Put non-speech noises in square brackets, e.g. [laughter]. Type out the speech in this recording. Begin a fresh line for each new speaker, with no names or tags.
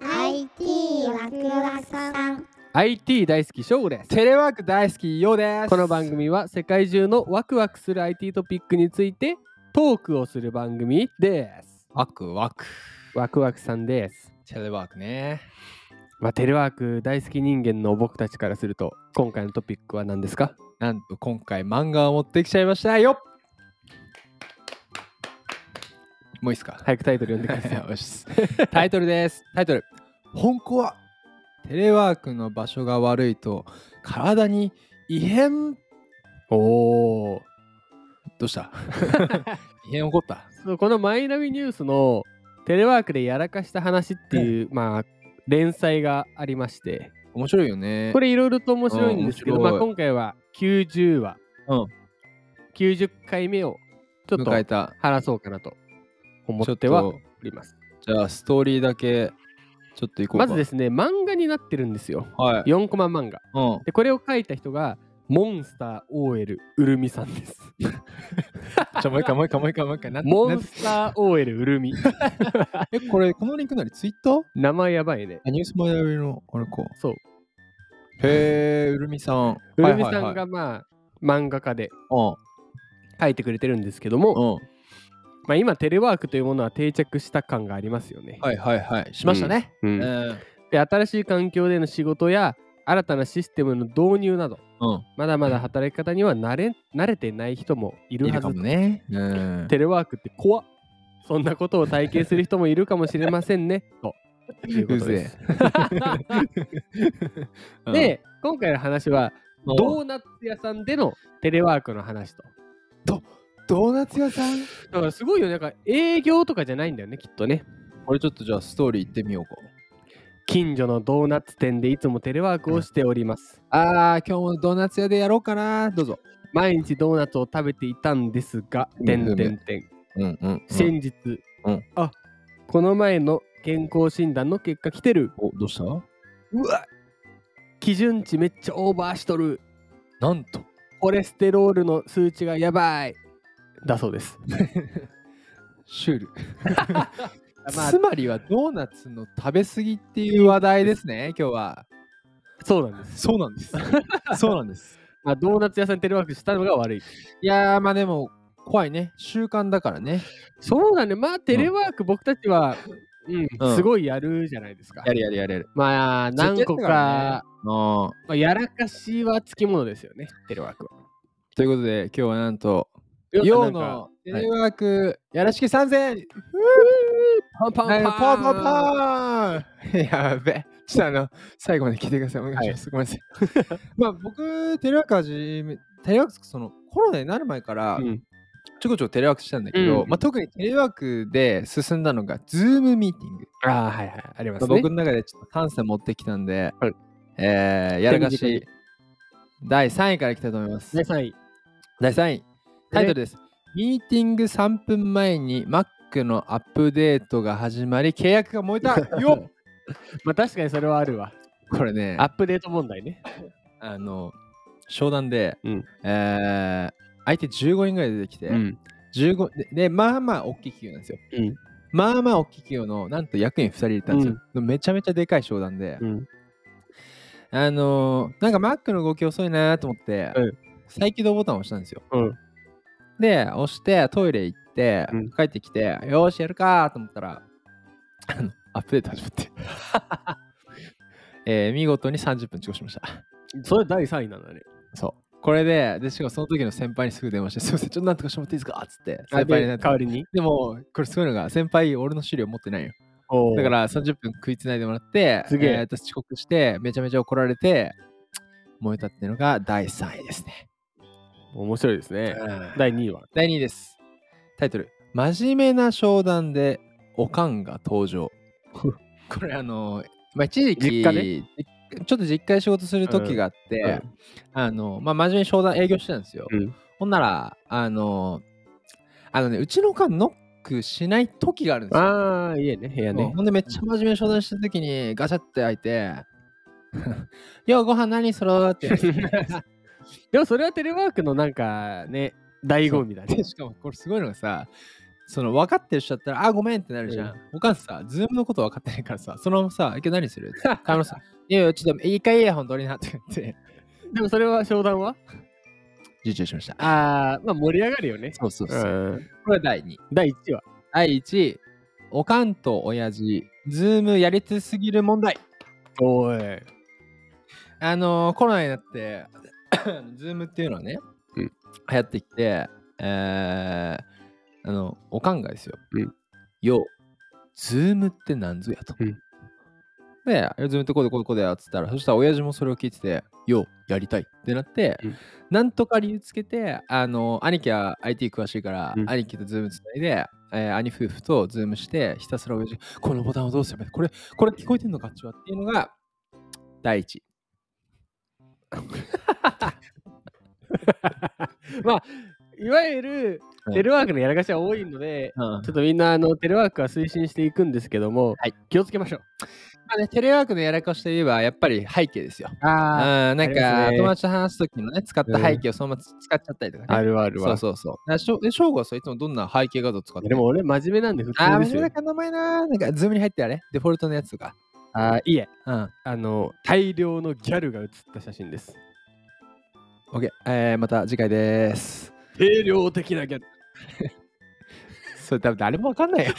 IT ワクワクさん
IT 大好きショウです
テレワーク大好きようです
この番組は世界中のワクワクする IT トピックについてトークをする番組です
ワクワク
ワクワクさんです
テレワークね
まあ、テレワーク大好き人間の僕たちからすると今回のトピックは何ですか
なんと今回漫画を持ってきちゃいましたよもういいっすか
早くタイトル読んでくだ
[laughs]
さい
よ
[laughs]
しタイトルですタイトル本校はテレワークの場所が悪いと体に異変
おお
どうした異変起こった
そうこのマイナビニュースのテレワークでやらかした話っていう、まあ連載がありまして
面白いよね
これいろいろと面白いんですけど、
うん面
まあ、
白い
今回は90話、
うん
90回目をちょっと
迎えた
話そうかなと思
ちょ
っ
って
は
と
おります
じゃあストーリーだけちょっといこうか
まずですね漫画になってるんですよ
はい、
4コマ漫画
うん、
でこれを書いた人がモンスター OL うるみさんです
じゃあもう一回もう一回もう一回もう一回なんて
モ
な
ン
んて
スター OL うるみ
えこれこのリンクなりツイッター
名前やばいね
あニュースマイナビのあれか
そう
へえうるみさん
うるみ
は
さ
い
ん
はいは
が
い
まあ漫画家で
うん
書いてくれてるんですけど
う
も、
ん
まあ、今テレワークというものは定着した感がありますよね、
はいはいはいしましたね
う
うんんうん
で新しい環境での仕事や新たなシステムの導入などまだまだ働き方には慣れ慣れてない人もいる
い
は
る
ず
かもねうん
テレワークって怖っそんなことを体験する人もいるかもしれませ
[laughs]
んねということです
[laughs] うん
で今回の話は
うん
ドーナツ屋さんでのテレワークの話と
ドーナツ屋さん
だからすごいよねなんか営業とかじゃないんだよねきっとね
これちょっとじゃあストーリー行ってみようか
近所のドーナツ店でいつもテレワークをしております
あー今日もドーナツ屋でやろうかなどうぞ
毎日ドーナツを食べていたんですが、
うん
てんてんてん。
うんうん、
先日、
うん
あこの前の健康診断の結果来てる。
おどうしたうわ
基準値めっちゃオーバーしとる。
なんと
コレステロールの数値がやばい。だそうです。
シュール
まあ
つ、まりはドーナツの食べ過ぎっていう話題ですね、今日は。
そうなんです。
そうなん [laughs] です。そうなんです。
まあ、ドーナツ屋さんテレワークしたのが悪い。
いやー、まあでも、怖いね。習慣だからね。
そうだね。まあ、テレワーク僕たちは、うん、
うん
すごいやるじゃないですか。
るやるやるやる。
まあ、何
ずっと
個
やってた
か、
からあー
まあ、やらかしはつきものですよね、テレワークは。
ということで、今日はなんと、
よ
よ
う
う
の
のテレワーク、やらしき3000円
パンパ
パ
ン
ン
パ
パ
ン
ンパンパンやべ。ちょっとあの、最後まで聞いてください。お願いします。ごめんなさい。 [laughs] まあ僕、テレワーク始め、テレワーク、そのコロナになる前から、
うん
ちょこちょこテレワークしてたんだけど、
うん
まあ、特にテレワークで進んだのが、ズームミーティング。
ああ、はいはい。ありますね。
僕の中でちょっと感性持ってきたんで、
はい
えーやらか
手短に
し、第3位からいきたいと思います。
第3位。
第3位、タイトルです。ミーティング3分前に Mac のアップデートが始まり、契約が燃えた
[laughs]
よっ
まあ確かにそれはあるわ。
これね
ア、ップデート問題ね。
あの、商談で、
うん
えー相手15人ぐらい出てきて、
ん。
15でで、まあまあ大きい企業なんですよ。
うん
まあまあ大きい企業の、なんと役員2人いたんですよ。めちゃめちゃでかい商談で、
うん。
あのーなんか Mac の動き遅いなと思って、
うん
再起動ボタンを押したんですよ。
うん
で、押してトイレ行って、
うん
帰ってきて、よーし、やるかと思ったら、あのアップデート始まって。 [laughs] えー見事に30分遅刻しました。
それ第3位なんだね。
そう。これで、で、しかもその時の先輩にすぐ電話して、すいません、ちょっとなんとかしてもらっていいですかっつって、先輩にな
で
っ
代わ
て。
りに。
でも、これすごいのが、先輩、俺の資料持ってないよ。だ
だ
か
から、
ら30分食いつないでもらって、
すげえ
ー私遅刻して、めちゃめちゃ怒られて、燃えたっていうのが第3位ですね。
面白いですね。第2位は。
第2位です。タイトル、真面目な商談でおかんが登場。これあの、まあ、一時期
実家
じちょっと実家で仕事する時があって、
うん
あの、まあ、真面目に商談営業してたんですよ。
うん
ほんなら、あの、あのね、うちのおかんノックしない時があるんですよ。
ああ、いいね、部屋
そう
ね。
ほんでめっちゃ真面目に商談した時にガチャって開いて「ようご飯何する?」って言われて
[laughs] でもそれはテレワークのなんかね、醍醐味だね。
でしかもこれすごいのがさその分かってる人だったら、あ、ごめんってなるじゃん。
う
おかんさ、ズームのこと分かってないからさ、そのままさ、今日何するって河野さん、いやいや、ちょっと一回イヤホン取りなって言って、
でもそれは商談は
受注しました。
ああ、まあ盛り上がるよね。
そうそうそう。
ん。
これ第2。
第1話。
第1位、おかんと親父、ズームやりつすぎる問題。
おい。
あのーコロナになって、 [coughs] ズームっていうのはね、
うん
流行ってきて、えー、あの、おかんがですよ。
うん
よ、ズームってなんぞやと。
うん
で、ズームってこうでこうでこうだよっつったら、そしたら親父もそれを聞いてて、よ、やりたいってなって、
うん
なんとか理由つけて、あの、兄貴は IT 詳しいから、
うん
兄貴とズームつないで、えー兄夫婦とズームして、ひたすら親父、このボタンをどうすればいいこれ、これ聞こえてんのかっちゅうわっていうのが、第一。
まあ、いわゆる
うん
テレワークのやらかしは多いので、
うん
ちょっとみんなあのテレワークは推進していくんですけども、
はい
気をつけましょう。
まあね、テレワークのやらかしといえば、やっぱり背景ですよ。うん、な
あ
ん
ありま
か、
すね
友達と話すときのね、使った背景をそのまま使っちゃったりとかね。
あるある
そう
わ。
そうそう。だからしょえ、翔吾はさ、いつもどんな背景画像使って
でも俺真面目なんで普
あー、
通で
面
す
白い
よ
な。名前な。なんか、ズームに入ってあれデフォルトのやつとか。
あーいえ、
うん。
あの、大量のギャルが写った写真です。
OK。えー、また次回でーす。
定量的なギャル。
それ多分誰もわかんないよ。